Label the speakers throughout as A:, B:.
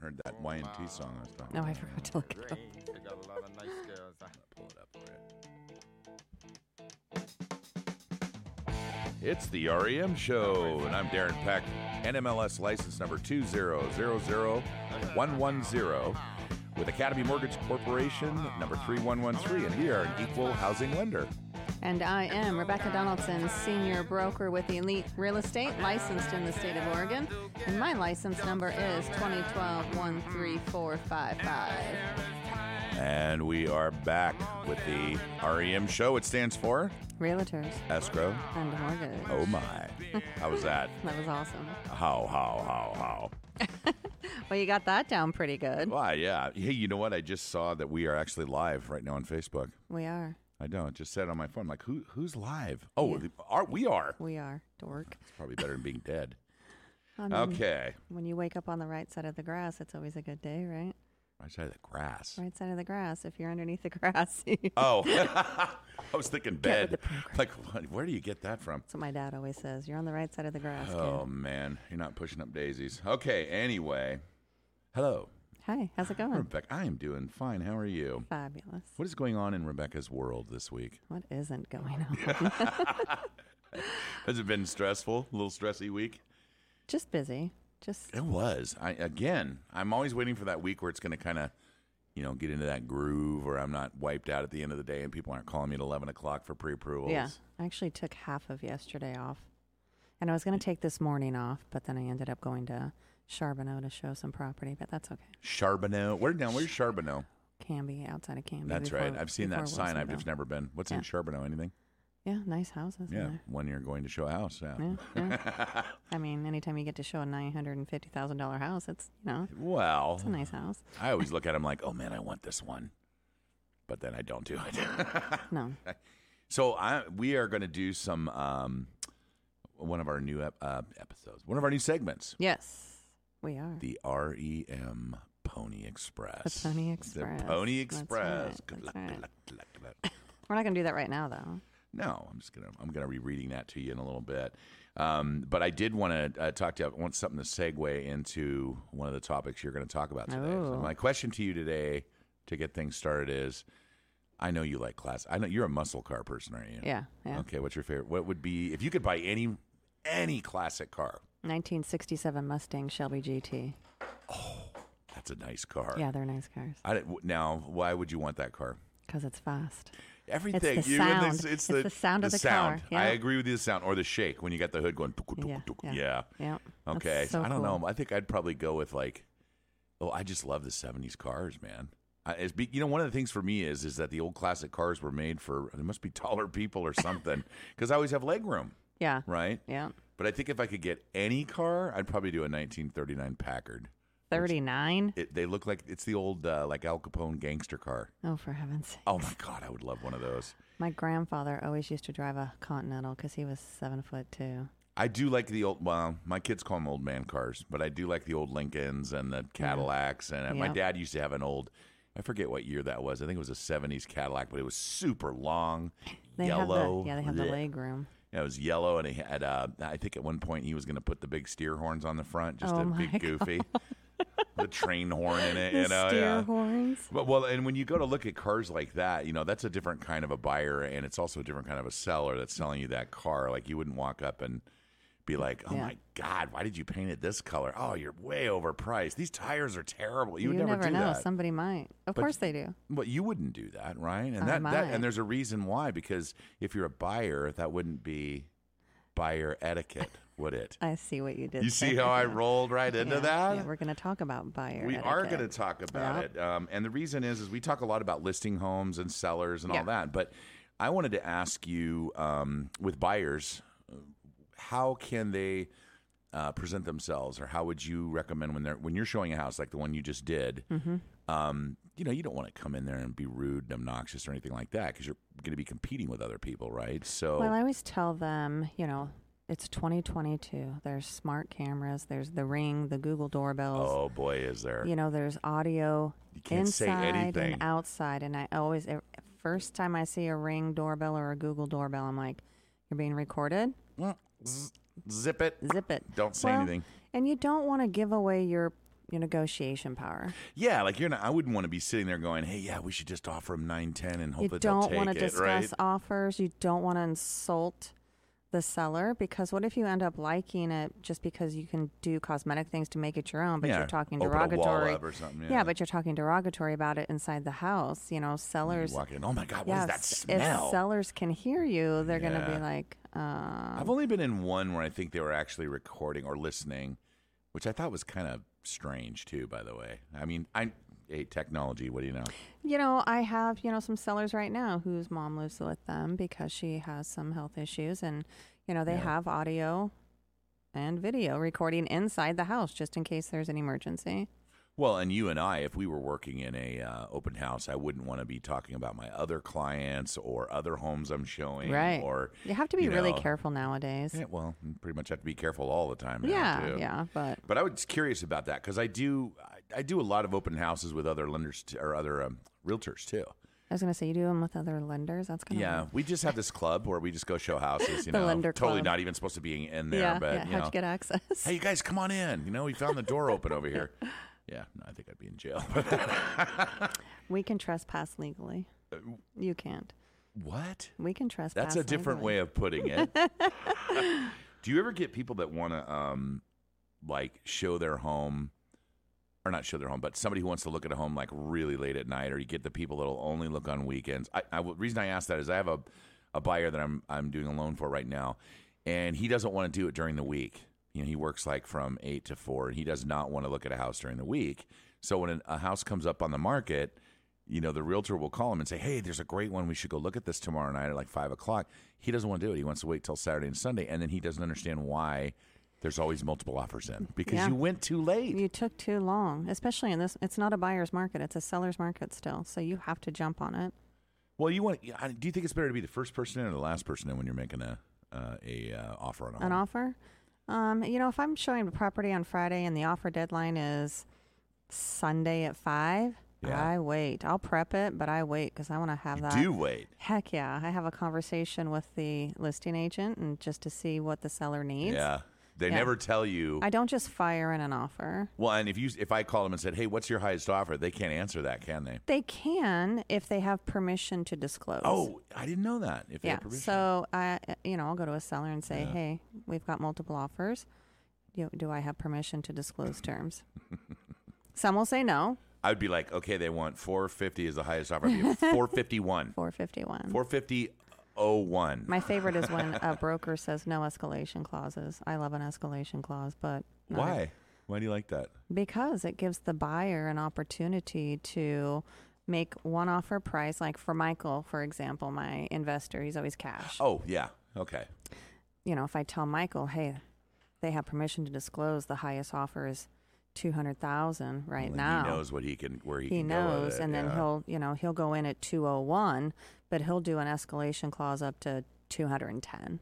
A: heard that YNT song I was talking
B: No,
A: about.
B: Oh, I forgot to look it up.
C: They got a lot of nice girls. out
A: Pull it up for it.
D: It's the REM show, and I'm Darren Peck, NMLS license number 2000110, with Academy Mortgage Corporation number 3113, and we are an equal housing lender.
B: And I am Rebecca Donaldson, senior broker with the Elite Real Estate, licensed in the state of Oregon. And my license number is 2012 13455.
D: And we are back with the REM show. It stands for
B: Realtors
D: Escrow.
B: and Mortgage.
D: Oh my. How was that?
B: That was awesome.
D: How, how, how, how?
B: Well, you got that down pretty good.
D: Why, yeah. Hey, you know what? I just saw that we are actually live right now on Facebook.
B: We are.
D: I know. It just said on my phone, like, who who's live? Oh, the- are, we are.
B: We are. Dork.
D: It's probably better than being dead.
B: I mean,
D: Okay.
B: When you wake up on the right side of the grass, it's always a good day, right?
D: I said the grass.
B: Right side of the grass. If you're underneath the grass, that's
D: Oh, I was thinking
B: Get
D: bed. Like, what, where do you get that from?
B: what my dad always says. You're on the right side of the grass. kid.
D: Oh man, you're not pushing up daisies. Okay. Anyway, hello,
B: Hi, how's it going?
D: Rebecca. I am doing fine. How are you?
B: Fabulous.
D: What is going on in Rebecca's world this week?
B: What isn't going on?
D: Has it been stressful? A little stressy week.
B: Just busy. Just
D: It was. I again, I'm always waiting for that week where it's going to kind of, you know, get into that groove where I'm not wiped out at the end of the day and people aren't calling me at 11 o'clock for pre-approvals.
B: yeah. I actually took half of yesterday off, and I was going to take this morning off, but then I ended up going to Charbonneau to show some property. But that's okay.
D: Charbonneau. Where now? Where's Charbonneau?
B: Canby outside of Canby.
D: That's
B: before-
D: right. I've seen that
B: before
D: sign. I've
B: Wilsonville.
D: just never been. What's in
B: Yeah.
D: Charbonneau? Anything?
B: Yeah, nice houses. in
D: Yeah.
B: there.
D: When you're going to show a house. Yeah.
B: Yeah, yeah. I mean, anytime you get to show a nine hundred and fifty thousand dollar house, it's you know
D: Well,
B: it's a nice house.
D: I always look at them like, oh man, I want this one, but then I don't do it.
B: No,
D: so I we are going to do some um, one of our new ep- uh, episodes, one of our new segments.
B: yes, we are.
D: The REM Pony Express.
B: The Pony Express.
D: The Pony
B: That's
D: Express.
B: right,
D: Good
B: that's
D: luck,
B: right.
D: good luck, good luck, good luck.
B: We're not going to do that right now, though.
D: No, I'm just gonna I'm gonna be reading that to you in a little bit. Um, but I did want to uh, talk to you. I want something to segue into one of the topics you're going to talk about today. So
B: Oh.
D: my question to you today, to get things started, is: I know you like class. I know you're a muscle car person, aren't you?
B: Yeah, yeah.
D: Okay. What's your favorite? What would be if you could buy any any classic car?
B: 1967 Mustang Shelby GT.
D: That's a nice car.
B: Yeah, they're nice cars
D: I didn't- now, why would you want that car?
B: because it's fast.
D: Everything.
B: the
D: you, and It's,
B: sound. It's the sound of the car,
D: sound.
B: yeah.
D: I agree with you. The sound or the shake when you got the hood going. tuk, tuk,
B: Yeah,
D: tuk,
B: yeah.
D: yeah.
B: Yeah. that's
D: Okay.
B: so
D: I don't
B: cool.
D: know. I think I'd probably go with like, oh, I just love the '70s cars, man. I, it's be, you know, one of the things for me is is that the old classic cars were made for there must be taller people or something because I always have leg room,
B: Yeah.
D: right?
B: Yeah.
D: But I think if I could get any car, I'd probably do a 1939 Packard.
B: 39?
D: It, they look like it's the old uh, like Al Capone gangster car.
B: Oh, for heaven's sake.
D: Oh my god, I would love one of those.
B: My grandfather always used to drive a Continental because he was seven foot two.
D: I do like the old. Well, my kids call them old man cars, but I do like the old Lincolns and the Cadillacs. And my
B: Yeah.
D: dad used to have an old. I forget what year that was. I think it was a '70s Cadillac, but it was super long,
B: They
D: yellow.
B: Have the, yeah, they have the
D: Blech.
B: leg room.
D: Yeah, it was yellow, and he had. Uh, I think at one point he was going to put the big steer horns on the front, just
B: Oh
D: to
B: my
D: be goofy. the train horn in it, you know.
B: steer
D: yeah.
B: horns.
D: But well, and when you go to look at cars like that, you know that's a different kind of a buyer, and it's also a different kind of a seller that's selling you that car. Like you wouldn't walk up and be like, "Oh
B: Yeah.
D: my God, why did you paint it this color? Oh, you're way overpriced. These tires are terrible." You,
B: You,
D: would
B: never,
D: never, do
B: know.
D: that.
B: Somebody might. Of course they do.
D: but you wouldn't do that, right? And
B: I
D: that, that
B: might.
D: and there's a reason why because if you're a buyer, that wouldn't be buyer etiquette, would it?
B: I see what you did.
D: You see
B: there.
D: how I rolled right into
B: Yeah,
D: that?
B: yeah, we're going to talk about buyer.
D: We are
B: etiquette.
D: going to talk about
B: Yep.
D: it, um, and the reason is is we talk a lot about listing homes and sellers and
B: Yeah.
D: all that. But I wanted to ask you, um, with buyers, uh, how can they uh, present themselves, or how would you recommend when they're when you're showing a house like the one you just did?
B: Mm-hmm.
D: Um, you know, you don't want to come in there and be rude and obnoxious or anything like that because you're going to be competing with other people, right? So,
B: Well, I always tell them, you know, it's 2022. There's smart cameras. There's the Ring, the Google doorbells.
D: oh boy, is there?
B: You know, there's audio
D: You can't say
B: inside
D: anything.
B: and outside. And I always, ev- first time I see a Ring doorbell or a Google doorbell, I'm like, you're being recorded.
D: Well, z- zip it.
B: Zip it.
D: Don't say
B: Well,
D: anything.
B: And you don't want to give away your your negotiation power.
D: Yeah, like you're not. I wouldn't want to be sitting there going, "Hey, yeah, we should just offer them nine ten and hope
B: you
D: that
B: don't
D: they'll
B: want
D: take
B: to
D: it."
B: discuss
D: right?
B: offers. You don't want to insult the seller because what if you end up liking it just because you can do cosmetic things to make it your own, but
D: yeah.
B: you're talking
D: Open a
B: derogatory.
D: wall up or something. Yeah,
B: yeah. but you're talking derogatory about it inside the house. You know,
D: you
B: sellers.
D: walk in. Oh my God, what is
B: Yes,
D: that
B: if
D: smell?
B: sellers can hear you, they're going to
D: Yeah. Oh.
B: be like, um,
D: I've only been in one where I think they were actually recording or listening, which I thought was kind of strange too. By the way, I mean, I hey, technology. What do you know?
B: You know, I have, you know, some sellers right now whose mom lives with them because she has some health issues and, you know, they
D: Yeah.
B: have audio and video recording inside the house just in case there's an emergency.
D: Well, and you and I, if we were working in a uh, open house, I wouldn't want to be talking about my other clients or other homes I'm showing. Or
B: you have to be
D: you
B: really
D: know-
B: careful nowadays.
D: Yeah, well, you pretty much have to be careful all the time. Now,
B: Yeah, yeah,
D: too.
B: but
D: But I was curious about that because I do, I, I do a lot of open houses with other lenders t- or other um, realtors too.
B: I was going to say you do them with other lenders. That's kind of
D: Yeah, we just have this club where we just go show houses. You
B: The
D: know,
B: lender
D: totally
B: club.
D: not even supposed to be in there,
B: yeah,
D: but
B: yeah.
D: you
B: How'd
D: know,
B: you get access?
D: hey, you guys, come on in. You know, we found the door open over here. Yeah, no, I think I'd be in jail.
B: we can trespass legally. You can't.
D: what?
B: We can trespass.
D: Uh, That's a different
B: legally.
D: way of putting it. Do you ever get people that want to, um, like, show their home, or not show their home, but somebody who wants to look at a home like really late at night, or you get the people that'll only look on weekends? I, I the reason I ask that is I have a, a buyer that I'm I'm doing a loan for right now, and he doesn't want to do it during the week. You know, he works like from eight to four, and he does not want to look at a house during the week. So when an- a house comes up on the market, you know, the realtor will call him and say, Hey, there's a great one. We should go look at this tomorrow night at like five o'clock. He doesn't want to do it. He wants to wait till Saturday and Sunday. And then he doesn't understand why there's always multiple offers in because
B: Yeah.
D: you went too late.
B: You took too long, especially in this. It's not a buyer's market; it's a seller's market still. So you have to jump on it.
D: well, you want, I- do you think it's better to be the first person in or the last person in when you're making a, uh, a uh, offer on a home?
B: An offer, um, you know, if I'm showing the property on Friday and the offer deadline is Sunday at five,
D: Yeah.
B: I wait. I'll prep it, but I wait because I want to have that.
D: You do wait.
B: Heck yeah! I have a conversation with the listing agent and just to see what the seller needs.
D: Yeah. They
B: Yeah.
D: never tell you.
B: I don't just fire in an offer.
D: well, and if you, if I called them and said, Hey, what's your highest offer? They can't answer that, can they?
B: They can if they have permission to disclose.
D: Oh, I didn't know that. If they
B: Yeah.
D: have permission.
B: So I, uh, you know, I'll go to a seller and say, "Hey, we've got multiple offers. Do, do I have permission to disclose terms?" Some will say no.
D: I'd be like, okay, they want 450 is the highest offer. I'd be 451.
B: Four fifty one.
D: 45001.
B: My favorite is when a broker says no escalation clauses. I love an escalation clause, but not a-
D: Why? Why do you like that?
B: Because it gives the buyer an opportunity to make one offer price. Like for Michael, for example, my investor, he's always cash.
D: Oh, yeah. Okay.
B: you know, if I tell Michael, hey, they have permission to disclose the highest offer is two hundred thousand right
D: Well,
B: now.
D: He knows what he can, where he,
B: He
D: can go with
B: knows,
D: it,
B: and then
D: yeah.
B: he'll, you know, he'll go in at two oh one, but he'll do an escalation clause up to two hundred and ten,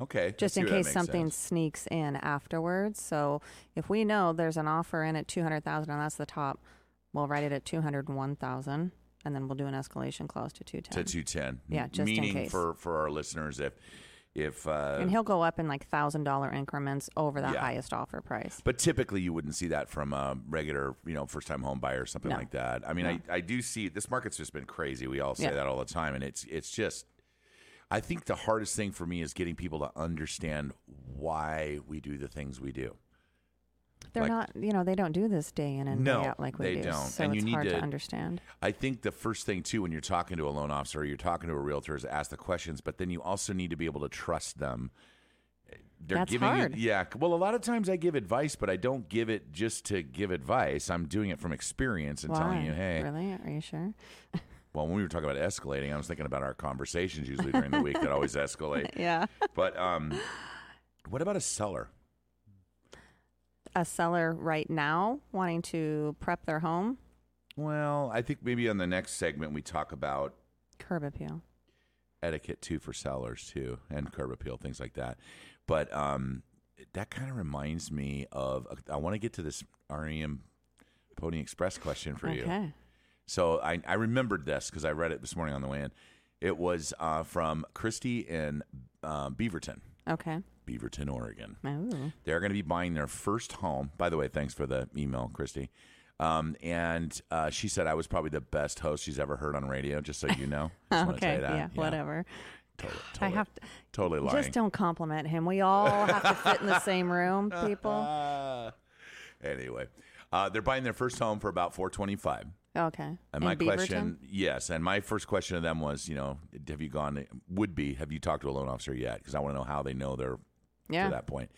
D: Okay. I
B: just
D: see
B: in
D: where that
B: case
D: makes
B: something
D: sense.
B: sneaks in afterwards. So if we know there's an offer in at two hundred thousand, and that's the top, we'll write it at two hundred one thousand, and then we'll do an escalation clause to two
D: To
B: ten.
D: 210.
B: Yeah, just in
D: Meaning
B: case.
D: for for our listeners if if uh
B: And he'll go up in like thousand dollar increments over the
D: Yeah.
B: highest offer price.
D: but typically you wouldn't see that from a regular, you know, first time home buyer or something
B: No.
D: like that. I mean, I, I do see this market's just been crazy. We all say
B: Yeah.
D: that all the time and it's it's just I think the hardest thing for me is getting people to understand why we do the things we do.
B: They're
D: Like-
B: not, you know, they don't do this day in and
D: No,
B: day out like we
D: they
B: do.
D: don't.
B: So
D: And you
B: it's
D: need
B: hard to
D: to-
B: understand.
D: I think the first thing too when you're talking to a loan officer, or you're talking to a realtor is ask the questions, but then you also need to be able to trust them. They're
B: That's
D: giving
B: hard.
D: you yeah. Well, a lot of times I give advice, but I don't give it just to give advice. I'm doing it from experience and telling you,
B: Why?
D: hey,
B: really? Are you sure?
D: well, when we were talking about escalating, I was thinking about our conversations usually during the week that always escalate.
B: Yeah.
D: But um what about a seller?
B: A seller right now wanting to prep their home,
D: Well, I think maybe on the next segment we talk about
B: curb appeal.
D: etiquette too for sellers too and curb appeal things like that but um that kind of reminds me of i want to get to this rem pony express question for you
B: Okay.
D: so i, I remembered this because i read it this morning on the way in it was uh, from christy in uh, beaverton
B: Okay.
D: Beaverton, Oregon.
B: Ooh.
D: They're going to be buying their first home. By the way, thanks for the email, Christy. Um, and uh, she said I was probably the best host she's ever heard on radio. Just so you know, just wanna tell
B: Okay.
D: you that.
B: Yeah, Whatever.
D: Totally,
B: I
D: totally,
B: have to
D: totally lying.
B: just don't compliment him. We all have to fit in the same room, people.
D: Ah. anyway, uh, they're buying their first home for about four twenty-five.
B: Okay.
D: And
B: In
D: my
B: Beaverton?
D: question, yes, and my first question to them was, you know, have you gone? Would be, have you talked to a loan officer yet? Because I want to know how they know they're
B: Yeah.
D: to that point.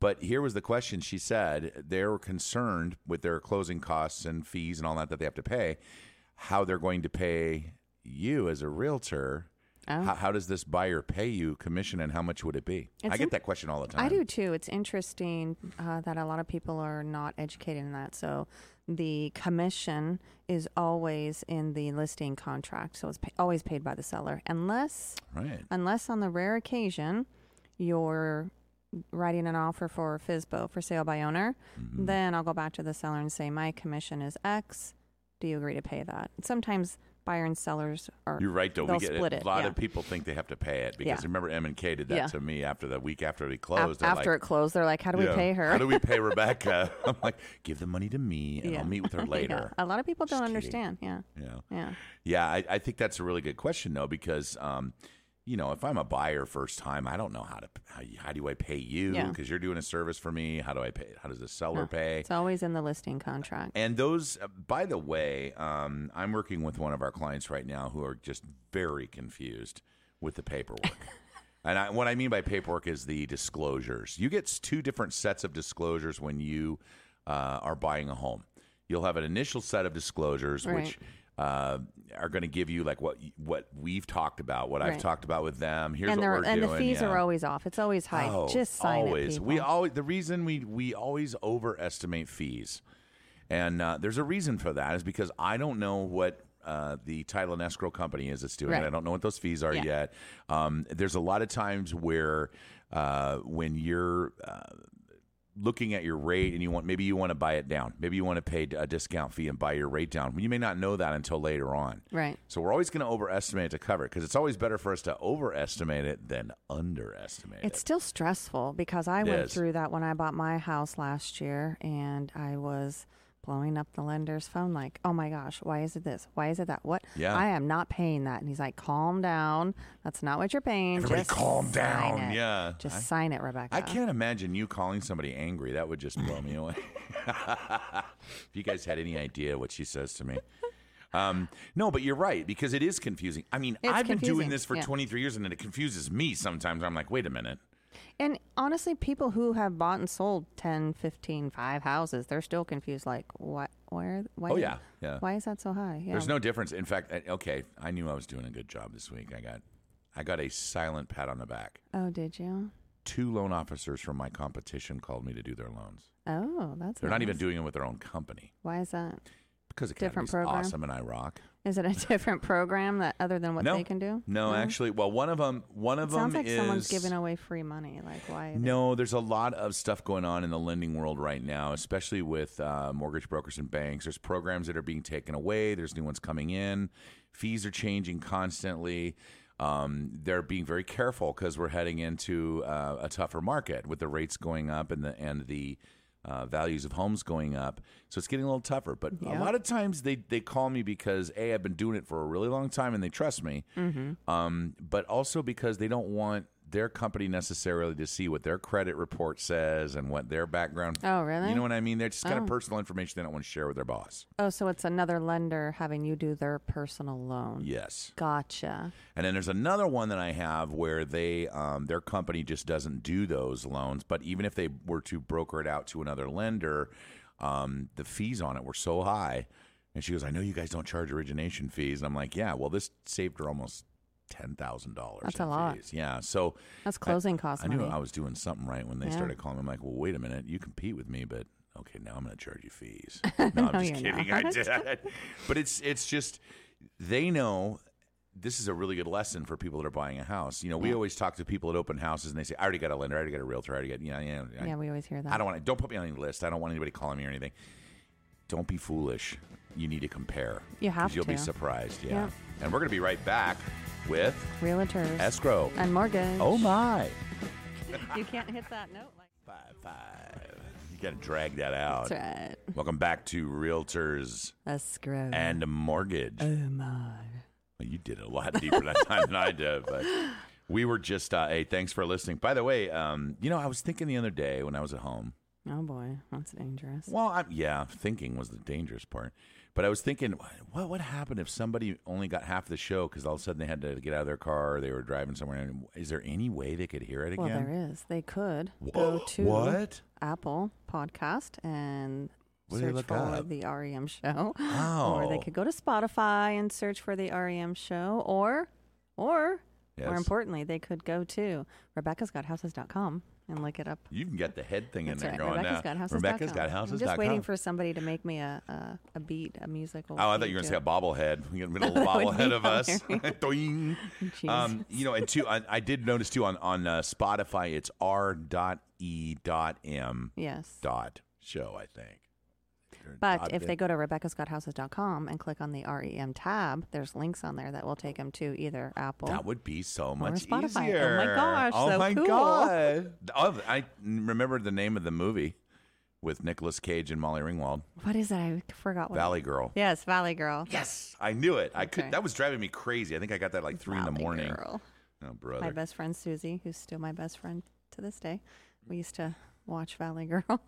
D: But here was the question she said they're concerned with their closing costs and fees and all that that they have to pay, how they're going to pay you as a realtor.
B: Oh.
D: How, how does this buyer pay you commission and how much would it be?
B: It's
D: I get
B: in-
D: that question all the time.
B: I do too. It's interesting uh, that a lot of people are not educated in that. So the commission is always in the listing contract, so it's pa always paid by the seller, unless
D: Right.
B: unless on the rare occasion you're writing an offer for FISBO for sale by owner.
D: Mm-hmm.
B: Then I'll go back to the seller and say my commission is X. Do you agree to pay that? Sometimes buyer and sellers are
D: You're right, though.
B: They'll
D: we get
B: split
D: it.
B: it,
D: A lot
B: yeah.
D: of people think they have to pay it because
B: Yeah.
D: remember M and K did that
B: Yeah.
D: to me after the week after we
B: af-
D: closed. They're
B: after
D: like,
B: it closed. They're like, how do we
D: yeah,
B: pay her?
D: How do we pay Rebecca? I'm like, give the money to me and
B: Yeah.
D: I'll meet with her
B: Yeah.
D: later.
B: A lot of people don't
D: kidding.
B: understand. Yeah.
D: yeah.
B: Yeah.
D: Yeah, I, I think that's a really good question though, because um, you know, if I'm a buyer first time, I don't know how to how, you- how do I pay you
B: Yeah.
D: because you're doing a service for me. How do I pay? How does the seller
B: No,
D: pay?
B: It's always in the listing contract.
D: And those, uh, by the way, um, I'm working with one of our clients right now who are just very confused with the paperwork. and I, what I mean by paperwork is the disclosures. You get s- two different sets of disclosures when you uh, are buying a home. You'll have an initial set of disclosures, which
B: Right.
D: uh, are going to give you like what y- what we've talked about, what I've
B: Right.
D: talked about with them. Here's
B: and
D: what
B: they're
D: we're
B: and
D: doing.
B: the fees
D: yeah.
B: are always off. It's always high.
D: Oh,
B: Just sign
D: always.
B: it. People.
D: We always the reason we we always overestimate fees, and uh, there's a reason for that is because I don't know what. Uh, the title and escrow company is that's doing it.
B: Right.
D: I don't know what those fees are
B: Yeah.
D: yet. Um, there's a lot of times where uh, when you're uh, looking at your rate and you want maybe you want to buy it down, maybe you want to pay a discount fee and buy your rate down. You may not know that until later on.
B: right.
D: So we're always going to overestimate to cover it because it's always better for us to overestimate it than underestimate it.
B: It's still stressful because I
D: It
B: went
D: is.
B: through that when I bought my house last year and I was blowing up the lender's phone like, "Oh my gosh, why is it this? Why is it that? What?
D: Yeah.
B: I am not paying that." And he's like, "Calm down. That's not what you're paying.
D: Everybody
B: Just
D: calm
B: sign
D: down."
B: it.
D: Yeah.
B: Just
D: I-
B: sign it, Rebecca."
D: I can't imagine you calling somebody angry. That would just blow me away. if you guys had any idea what she says to me. Um, no, but you're right because it is confusing. I mean,
B: It's
D: I've been doing
B: confusing,
D: this for
B: yeah.
D: 23 years and it confuses me sometimes. I'm like, wait a minute.
B: And honestly, people who have bought and sold 10, 15, 5 houses, they're still confused like, "What? Where? Why?
D: Oh, yeah. Yeah.
B: Why is that so high?" Yeah.
D: There's no difference. In fact, I- okay, I knew I was doing a good job this week. I got I got a silent pat on the back.
B: oh, did you?
D: Two loan officers from my competition called me to do their loans.
B: Oh, that's
D: They're not even
B: nice.
D: doing it with their own company
B: Why is that?
D: because
B: Different
D: Academy's
B: program.
D: awesome and I rock.
B: Is it a different program that other than what
D: no,
B: they can do?
D: No, actually, well, one of them, one of
B: Mm-hmm. It sounds
D: them
B: like
D: is
B: someone's giving away free money. Like why?
D: No, there's a lot of stuff going on in the lending world right now, especially with uh, mortgage brokers and banks. There's programs that are being taken away. There's new ones coming in. Fees are changing constantly. Um, they're being very careful because we're heading into uh, a tougher market with the rates going up and the and the uh, values of homes going up. So it's getting a little tougher. But a
B: Yeah.
D: lot of times they they call me because a I've been doing it for a really long time and they trust me um, but also because they don't want their company necessarily to see what their credit report says and what their background.
B: Oh, really?
D: You know what I mean? They're just kind of personal information they don't want to share with their boss.
B: Oh, so it's another lender having you do their personal loan.
D: Yes.
B: Gotcha.
D: And then there's another one that I have where they um, their company just doesn't do those loans. But even if they were to broker it out to another lender, um, the fees on it were so high. And she goes, "I know you guys don't charge origination fees." And I'm like, "Yeah, well, this saved her almost ten thousand dollars.
B: That's a lot.
D: Fees. Yeah. So
B: That's closing costs
D: I knew
B: money.
D: I was doing something right when they
B: Yeah.
D: started calling me. I'm like, well, wait a minute, you compete with me, but okay, now I'm going to charge you fees. No, I'm just
B: you're
D: kidding. I did. But it's it's just they know this is a really good lesson for people that are buying a house. You know, we always talk to people at open houses and they say, I already got a lender, I already got a realtor, I already got you know, yeah, I-
B: yeah, we always hear that.
D: I don't want to don't put me on any list. I don't want anybody calling me or anything. Don't be foolish. You need to compare.
B: You
D: 'Cause
B: have
D: You'll be
B: to.
D: surprised. Yeah.
B: Yeah.
D: And we're going to be right back with
B: Realtors
D: escrow.
B: and mortgage.
D: Oh my.
B: you can't hit that note like
D: Five, five. You got to drag that out.
B: that's right.
D: Welcome back to Realtors
B: A screw.
D: and Mortgage.
B: oh my.
D: Well, You did a lot deeper that time than I did, but we were just uh, hey, thanks for listening. By the way, um, you know, I was thinking the other day when I was at home.
B: Oh boy, that's dangerous.
D: Well, I, yeah, thinking was the dangerous part, but I was thinking, what would happen if somebody only got half the show because all of a sudden they had to get out of their car, or they were driving somewhere? And is there any way they could hear it again?
B: Well, there is. They could go to
D: what?
B: Apple Podcast and
D: What do they
B: search
D: look
B: for
D: up? Oh.
B: the REM Show, or
D: Wow.
B: they could go to Spotify and search for the REM Show, or or more
D: Oh, Yes.
B: importantly, they could go to RebeccaScottHouses.com and look it up.
D: You can get the head thing in
B: That's
D: there
B: right.
D: going
B: Rebecca's
D: now.
B: Got Houses.
D: Rebecca's got
B: I'm
D: houses.
B: just waiting for somebody to make me a a, a beat, a musical.
D: Oh, I thought you were going to say a bobblehead. We got a little bobblehead of us. Doing.
B: Jeez.
D: um, you know, and two, I, I did notice too on on uh, Spotify, it's r dot e dot m
B: Yes.
D: dot show. I think. Or
B: But
D: dot
B: if
D: bit.
B: they go to RebeccaScottHouses.com and click on the REM tab, there's links on there that will take them to either Apple.
D: that would be so much
B: Spotify. Oh my
D: easier.
B: gosh,
D: Oh
B: so
D: my
B: cool.
D: god! Oh, I remember the name of the movie with Nicolas Cage and Molly Ringwald,
B: what is that? I forgot what. it-
D: Valley Girl.
B: Yes, Valley Girl.
D: Yes, I knew it. I could.
B: Okay.
D: That was driving me crazy. I think I got that like three in the
B: Valley
D: morning.
B: Girl.
D: Oh,
B: My
D: brother.
B: best friend Susie, who's still my best friend to this day, we used to watch Valley Girl.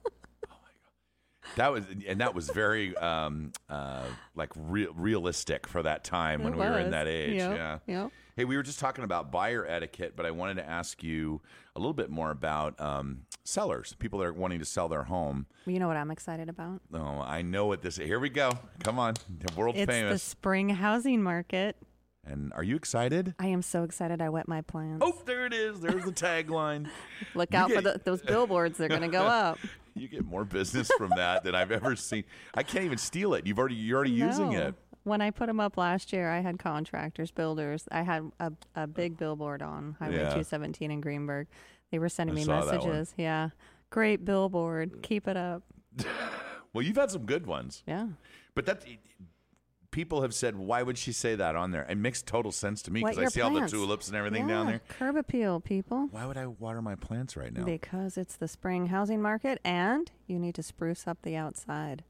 D: That was and that was very um uh like real realistic for that time when
B: It
D: we were in
B: was.
D: that age.
B: Yep,
D: Yeah.
B: Yep.
D: Hey, we were just talking about buyer etiquette, but I wanted to ask you a little bit more about um sellers, people that are wanting to sell their home.
B: You know what I'm excited about?
D: Oh, I know what this here we go. Come on. The world
B: It's the
D: famous.
B: spring housing market.
D: And are you excited?
B: I am so excited. I wet my plants.
D: Oh, there it is. There's the tagline.
B: Look out for the,
D: get-
B: those billboards. They're going to go up.
D: You get more business from that than I've ever seen. I can't even steal it. You've already you're already using
B: No.
D: it.
B: When I put them up last year, I had contractors, builders. I had a, a big billboard on Highway
D: Uh, Yeah.
B: 217 in Greenberg. They were sending
D: I
B: me
D: saw that one.
B: messages. Yeah. Great billboard. Keep it up.
D: Well, you've had some good ones.
B: Yeah.
D: But that people have said, why would she say that on there? It makes total sense to me
B: Wet
D: because I
B: your
D: see all the
B: plants.
D: tulips and everything
B: yeah.
D: down there.
B: Curb appeal, people.
D: Why would I water my plants right now?
B: Because it's the spring housing market and you need to spruce up the outside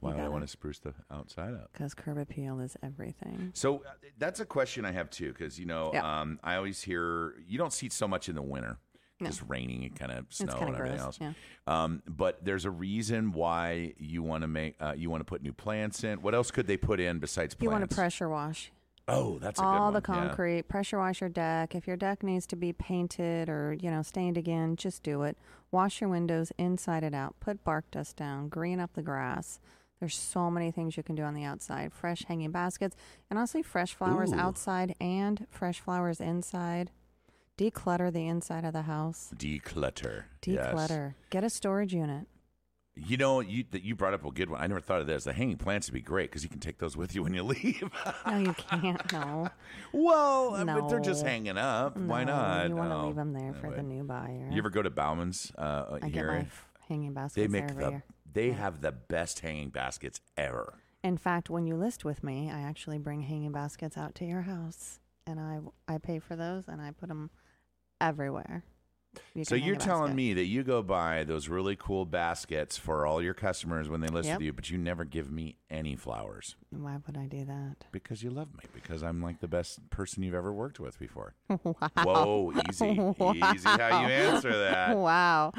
D: why would I
B: gotta-
D: want to spruce the outside up?
B: because curb appeal is everything.
D: So uh, that's a question I have too, because you know,
B: Yeah.
D: um, I always hear you don't see it so much in the winter.
B: No.
D: It's raining and kind of snow
B: kinda
D: and everything
B: gross,
D: else.
B: yeah.
D: Um, but there's a reason why you want to make uh, you want to put new plants in. What else could they put in besides plants?
B: You want to pressure wash
D: Oh, that's a good
B: all
D: one.
B: the
D: yeah.
B: concrete. Pressure wash your deck. If your deck needs to be painted or you know stained again, just do it. Wash your windows inside and out. Put bark dust down. Green up the grass. There's so many things you can do on the outside. Fresh hanging baskets and honestly, fresh flowers
D: Ooh.
B: outside and fresh flowers inside. Declutter the inside of the house.
D: Declutter. Yes.
B: Declutter. Get a storage unit.
D: You know, you that you brought up a good one. I never thought of this. The hanging plants would be great because you can take those with you when you leave.
B: No, you can't. No.
D: well, I mean, they're just
B: No.
D: hanging up. Why
B: No,
D: not?
B: You want to
D: No.
B: leave them there for the
D: Anyway.
B: new buyer.
D: You ever go to Bauman's uh,
B: I get
D: here?
B: my f- hanging baskets
D: they make
B: every
D: the
B: year.
D: they have the best hanging baskets ever.
B: In fact, when you list with me, I actually bring hanging baskets out to your house, and I I pay for those, and I put them everywhere. You
D: so
B: can hang
D: you're
B: a
D: telling
B: basket.
D: me that you go buy those really cool baskets for all your customers when they list
B: Yep.
D: with you, but you never give me any flowers
B: why would I do that?
D: because you love me because I'm like the best person you've ever worked with before.
B: Wow.
D: Whoa, easy, easy how you answer that.
B: Wow.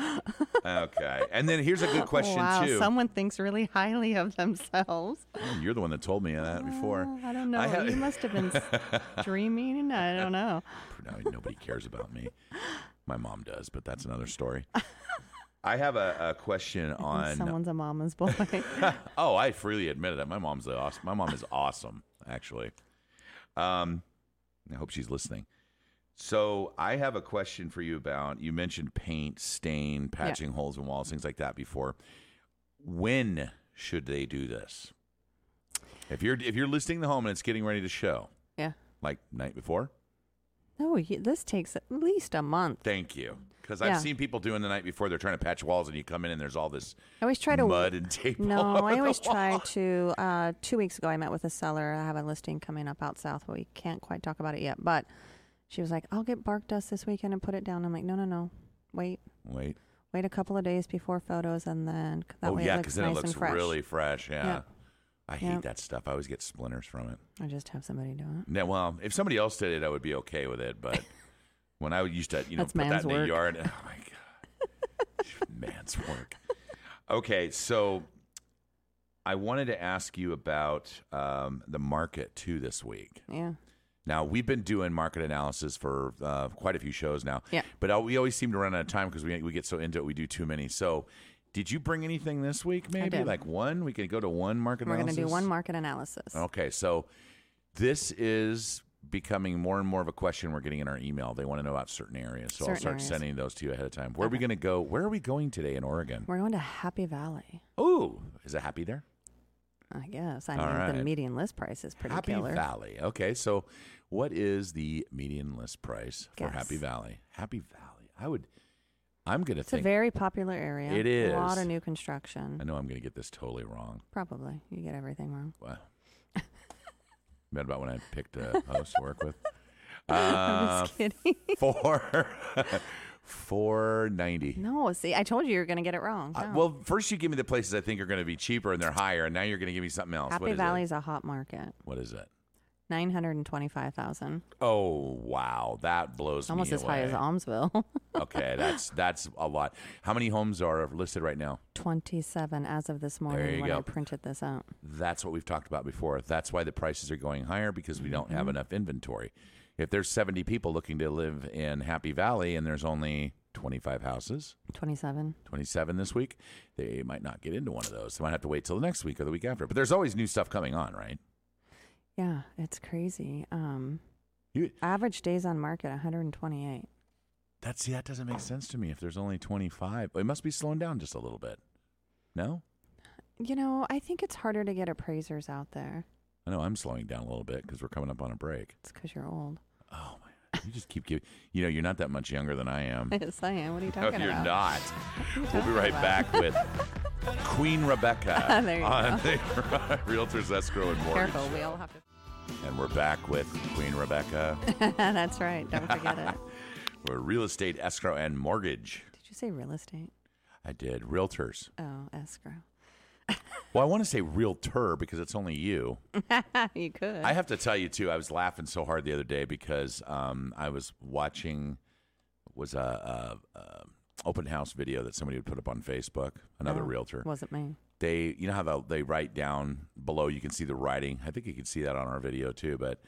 D: Okay. And then here's a good question
B: wow.
D: too.
B: Someone thinks really highly of themselves.
D: Oh, You're the one that told me that before.
B: Uh, I don't know.
D: I have-
B: you must have been s- dreaming. I don't know.
D: Now nobody cares about me. My mom does, but that's another story. I have a, a question on.
B: Someone's a mama's boy.
D: Oh, I freely admit that my mom's the awesome. My mom is awesome, actually. Um, I hope she's listening. So I have a question for you about. You mentioned paint, stain, patching holes in walls, things like that before. When should they do this? If you're if you're listing the home and it's getting ready to show,
B: yeah.
D: like night before,
B: No, you, this takes at least a month.
D: Thank you. Because
B: Yeah.
D: I've seen people doing the night before. They're trying to patch walls, and you come in and there's all this
B: I always try to
D: mud and tape.
B: No,
D: all over
B: I
D: the
B: always
D: wall.
B: try to. Uh, two weeks ago, I met with a seller. I have a listing coming up out south, but we can't quite talk about it yet. But She was like, I'll get bark dust this weekend and put it down. I'm like, no, no, no. Wait.
D: Wait.
B: Wait a couple of days before photos and then that
D: oh
B: way
D: yeah,
B: it looks
D: then
B: nice
D: it looks
B: and fresh.
D: really fresh. Yeah.
B: Yeah.
D: I hate
B: Yeah.
D: that stuff. I always get splinters from it.
B: I just have somebody do it.
D: Yeah, well, if somebody else did it, I would be okay with it. But when I used to, you know,
B: That's
D: put that
B: man's
D: in the
B: work.
D: yard, oh my god, man's work. Okay, so I wanted to ask you about um, the market too this week.
B: Yeah.
D: Now we've been doing market analysis for uh, quite a few shows now.
B: Yeah.
D: but uh, we always seem to run out of time because we we get so into it, we do too many. So. Did you bring anything this week? Maybe
B: did.
D: like one. We could go to one market.
B: We're going
D: analysis?
B: to do one market analysis.
D: Okay, so this is becoming more and more of a question we're getting in our email. They want to know about certain areas, so I'll
B: Certain
D: start
B: areas.
D: sending those to you ahead of time. Where are we going to go? Where are we going today in Oregon?
B: We're going to Happy Valley,
D: Ooh, is it Happy there?
B: I guess. I
D: All
B: mean, the
D: right.
B: median list price is pretty
D: Happy
B: killer.
D: Valley. Okay, so what is the median list price for
B: Guess.
D: Happy Valley? Happy Valley. I would. I'm going to
B: It's a
D: think.
B: very popular area.
D: It
B: A lot
D: is.
B: of new construction.
D: I know I'm going to get this totally wrong.
B: Probably. You get everything wrong.
D: Wow. Mad about when I picked a host to work with.
B: I'm
D: Uh,
B: just kidding.
D: four, four ninety.
B: no, see, I told you you were going to get it wrong.
D: Uh,
B: No.
D: well, first you give me the places I think are going to be cheaper and they're higher, and now you're going to give me something else. What
B: Happy
D: is
B: Valley
D: it?
B: is a hot market.
D: What is it?
B: 925,000.
D: Oh wow, that blows
B: Almost
D: me
B: as high as
D: away.
B: Almsville.
D: okay, that's that's a lot. How many homes are listed right now?
B: 27 as of this morning
D: you
B: when I
D: go.
B: printed this out.
D: That's what we've talked about before. That's why the prices are going higher because we don't have enough inventory. If there's 70 people looking to live in Happy Valley and there's only 25 houses,
B: 27.
D: 27 this week, they might not get into one of those. They might have to wait till the next week or the week after. But there's always new stuff coming on, right?
B: Yeah, it's crazy. Um,
D: You,
B: average days on market 128.
D: That see, that doesn't make sense to me. If there's only 25, it must be slowing down just a little bit. No,
B: You know, I think it's harder to get appraisers out there.
D: I know I'm slowing down a little bit because we're coming up on a break.
B: It's because you're old.
D: Oh my, you just keep giving. You know, you're not that much younger than I am.
B: Yes, I am. What are you
D: Hmm. No,
B: talking
D: you're
B: about?
D: not.
B: What are you
D: We'll be
B: talking
D: right
B: about?
D: back with Queen Rebecca
B: There you
D: on the Realtors Escrow and Mortgage,
B: Careful, we all have to.
D: and we're back with Queen Rebecca
B: That's right. Don't forget it.
D: for Real Estate Escrow and Mortgage.
B: Did you say real estate?
D: I did Realtors.
B: Oh, escrow.
D: Well, I want to say Realtor because it's only you.
B: you could.
D: I have to tell you too. I was laughing so hard the other day because um, I was watching was a, a, a open house video that somebody would put up on Facebook. Another
B: Oh,
D: realtor.
B: Wasn't me.
D: They you know how the, they write down below. You can see the writing. I think you can see that on our video too. But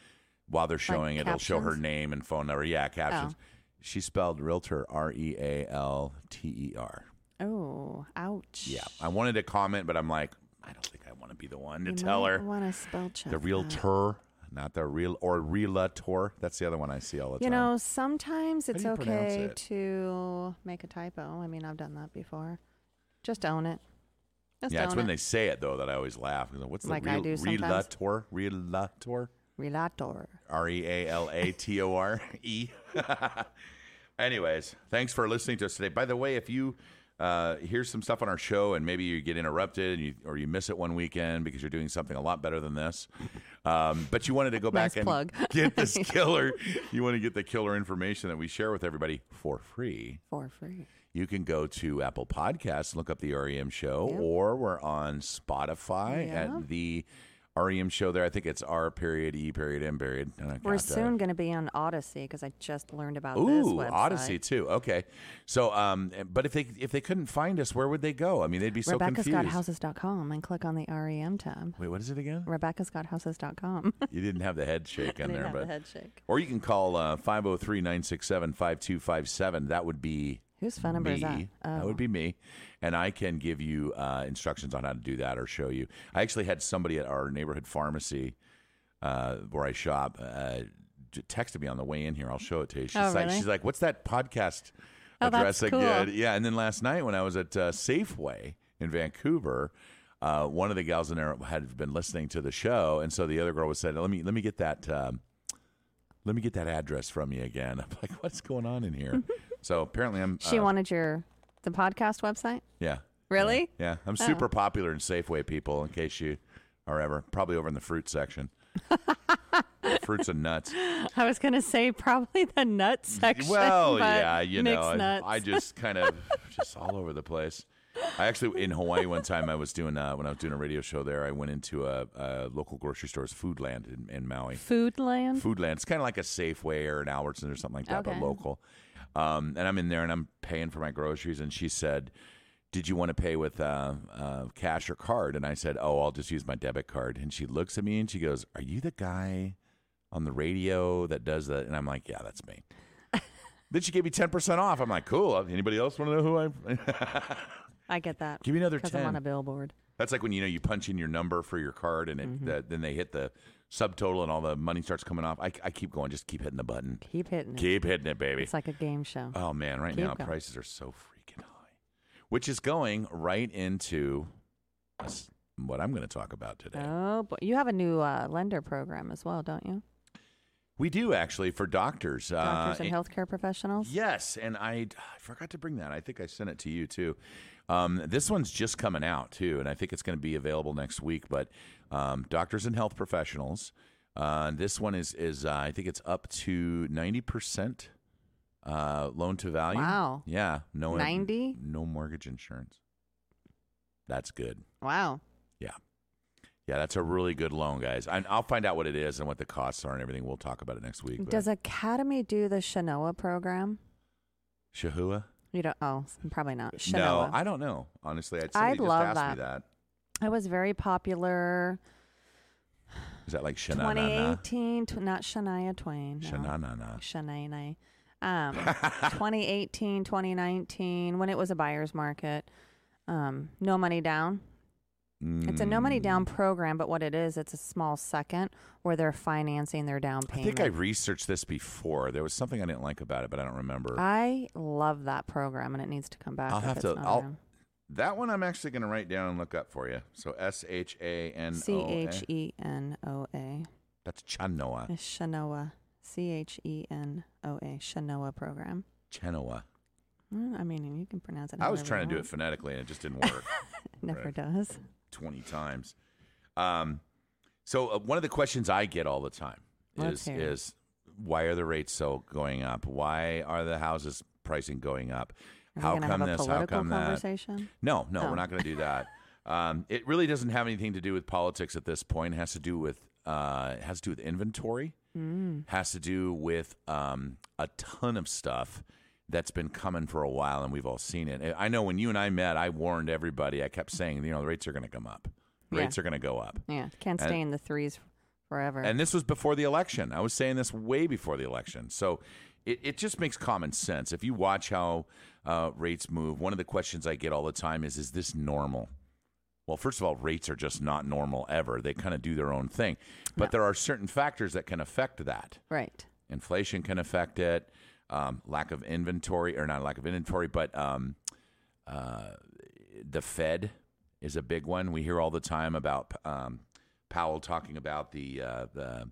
D: while they're showing it, it'll show her
B: captions? Oh.
D: name and phone number. Yeah, captions. She spelled realtor R E A L T E R.
B: Oh, ouch.
D: Yeah, I wanted to comment, but I'm like, I don't think I want to be the one to tell her
B: want to spell check
D: the
B: that.
D: realtor, not the real or realtor. That's the other one I see all the
B: You
D: time.
B: know, sometimes it's
D: do you pronounce
B: okay
D: it?
B: to make a typo. I mean, I've done that before. Just own it. Just
D: yeah, it's
B: own
D: when
B: it.
D: they say it though that I always laugh. You know, What's the
B: Like I
D: real,
B: do sometimes.
D: realtor? Realtor,
B: Relator.
D: R E A L A T O R E. Anyways, thanks for listening to us today. By the way, if you uh, hear some stuff on our show and maybe you get interrupted and you, or you miss it one weekend because you're doing something a lot better than this, um, but you wanted to go back
B: Nice
D: and
B: plug.
D: get this killer, you want to get the killer information that we share with everybody for free.
B: For free.
D: You can go to Apple Podcasts and look up the REM show,
B: Yep.
D: or we're on Spotify
B: Yeah.
D: at the REM show there. I think it's R period, E period, M period. And I
B: We're
D: got, uh,
B: soon going to be on Odyssey because I just learned about this
D: Ooh,
B: website.
D: Odyssey too. Okay, so um, but if they if they couldn't find us, where would they go? I mean, they'd be so confused.
B: RebeccaScottHouses.com and click on the REM tab.
D: Wait, what is it again?
B: RebeccaScottHouses.com.
D: You didn't have the head shake in
B: Didn't
D: there,
B: have
D: but
B: the head shake.
D: or you can call uh, 503 967 5257. That would be
B: Whose phone number
D: me.
B: is Oh. that?
D: That would be me. And I can give you uh, instructions on how to do that or show you. I actually had somebody at our neighborhood pharmacy uh, where I shop uh, j- texted me on the way in here. I'll show it to you. She's,
B: Oh,
D: like,
B: really?
D: she's like, What's that podcast
B: Oh,
D: address
B: that's cool.
D: again? Yeah. And then last night when I was at uh, Safeway in Vancouver, uh, one of the gals in there had been listening to the show, and so the other girl was saying, "Let me let me get that." Um, let me get that address from you again. I'm like, what's going on in here? so apparently, I'm.
B: She
D: uh,
B: wanted your the podcast website.
D: yeah.
B: Really?
D: Yeah. I'm super popular in Safeway, people, in case you are ever. Probably over in the fruit section. fruits and nuts.
B: I was gonna say probably the nut section.
D: Well,
B: but
D: yeah, you
B: mixed
D: know, I,
B: nuts.
D: I just kind of just all over the place. I actually in Hawaii one time I was doing uh, when I was doing a radio show there. I went into a, a local grocery store's Foodland in, in Maui.
B: Foodland.
D: Foodland. It's kind of like a Safeway or an Albertsons or something like that,
B: Okay.
D: but local. Um, and I'm in there and I'm paying for my groceries, and she said, "Did you want to pay with uh, uh, cash or card?" And I said, "Oh, I'll just use my debit card." And she looks at me and she goes, "Are you the guy on the radio that does that?" And I'm like, "Yeah, that's me." then she gave me ten percent off. I'm like, "Cool." Anybody else want to know who I?
B: I get that.
D: Give me another
B: because I'm on
D: 10.
B: a billboard.
D: That's like when you know you punch in your number for your card, and it,
B: Mm-hmm.
D: that, then they hit the subtotal, and all the money starts coming off. I, I keep going, just keep hitting the button.
B: Keep hitting it.
D: Keep hitting it, baby.
B: It's like a game show.
D: oh man, right
B: Keep
D: now
B: going.
D: prices are so freaking high, which is going right into us- what I'm going to talk about today.
B: Oh, but you have a new uh, lender program as well, don't you?
D: We do actually for doctors,
B: Doctors
D: uh,
B: and healthcare professionals.
D: Yes, and I, I forgot to bring that. I think I sent it to you too. Um, this one's just coming out too, and I think it's going to be available next week. But um, doctors and health professionals, uh, this one is is uh, I think it's up to ninety percent uh, loan to value.
B: Wow.
D: Yeah, no
B: 90?
D: no mortgage insurance. That's good.
B: Wow.
D: Yeah, yeah, that's a really good loan, guys. I, I'll find out what it is and what the costs are and everything. We'll talk about it next week. but-
B: Does Academy do the Shanoa program?
D: Shahua?
B: You don't. Oh, probably not. Shanoa.
D: No, I don't know. Honestly, I, somebody
B: I'd
D: just
B: love
D: asked me
B: that.
D: that.
B: I was very popular.
D: Is that like Shanana?
B: 2018, tw- not Shania Twain. No.
D: Shanana.
B: Shania. Um, 2018, 2019, when it was a buyer's market. Um, no money down. It's a no money
D: Hmm. Mm.
B: down program, but what it is, it's a small second where they're financing their down
D: I
B: payment.
D: think I researched this before. There was something I didn't like about it, but I don't remember.
B: I love that program, and it needs to come back.
D: I'll
B: if
D: have
B: it's
D: to-
B: not
D: I'll-
B: around.
D: that one I'm actually going to write down and look up for you. So S H A N
B: C
D: O
B: H
D: A.
B: E N O A.
D: That's Chanoa.
B: Shanoa. C H E N O A. Shanoa program.
D: Chenoa.
B: Mm, I mean, you can pronounce it.
D: I was
B: however
D: trying
B: you
D: to do it
B: want.
D: phonetically and it just didn't work
B: It never does.
D: 20 times. Um, so uh, one of the questions I get all the time
B: Let's
D: is
B: hear it.
D: is why are the rates so going up? Why are the houses pricing going up?
B: Are
D: How
B: we gonna
D: come
B: have a
D: this?
B: political
D: How come that?
B: conversation?
D: No, no,
B: Oh.
D: we're not going to do that. Um, it really doesn't have anything to do with politics at this point. It has to do with uh, it has to do with inventory.
B: Hmm.
D: Has to do with um, a ton of stuff that's been coming for a while, and we've all seen it. And I know when you and I met, I warned everybody. I kept saying, you know, the rates are going to come up.
B: Yeah.
D: Rates are going to go up.
B: Yeah, can't
D: And-
B: stay in the threes forever.
D: And this was before the election. I was saying this way before the election. So it, it just makes common sense. If you watch how uh, rates move, one of the questions I get all the time is Is this normal? Well, first of all, rates are just not normal ever. They kind of do their own thing. But there are certain factors that can affect that.
B: right.
D: Inflation can affect it, um, lack of inventory, or not lack of inventory, but um, uh, the Fed is a big one. We hear all the time about um, Powell talking about the, uh, the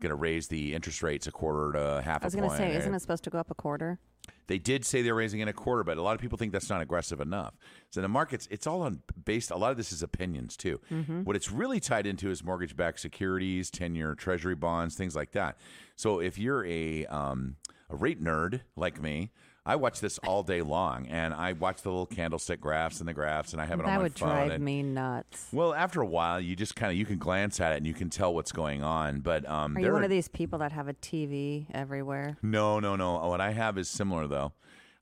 D: going to raise the interest rates a quarter to half
B: I was
D: a
B: going
D: point.
B: to say, isn't it supposed to go up a quarter?
D: They did say they're raising in a quarter, but a lot of people think that's not aggressive enough. So the markets, it's all on based. A lot of this is opinions too.
B: Mm-hmm.
D: What it's really tied into is mortgage-backed securities, ten-year Treasury bonds, things like that. So if you're a um, a rate nerd like me. I watch this all day long, and I watch the little candlestick graphs and the graphs, and I have it on
B: That
D: my
B: would
D: phone.
B: drive
D: and-
B: me nuts.
D: Well, after a while, you just kind of you can glance at it and you can tell what's going on. But um,
B: Are
D: there
B: you one of these people that have a TV everywhere?
D: no, no, no. What I have is similar though.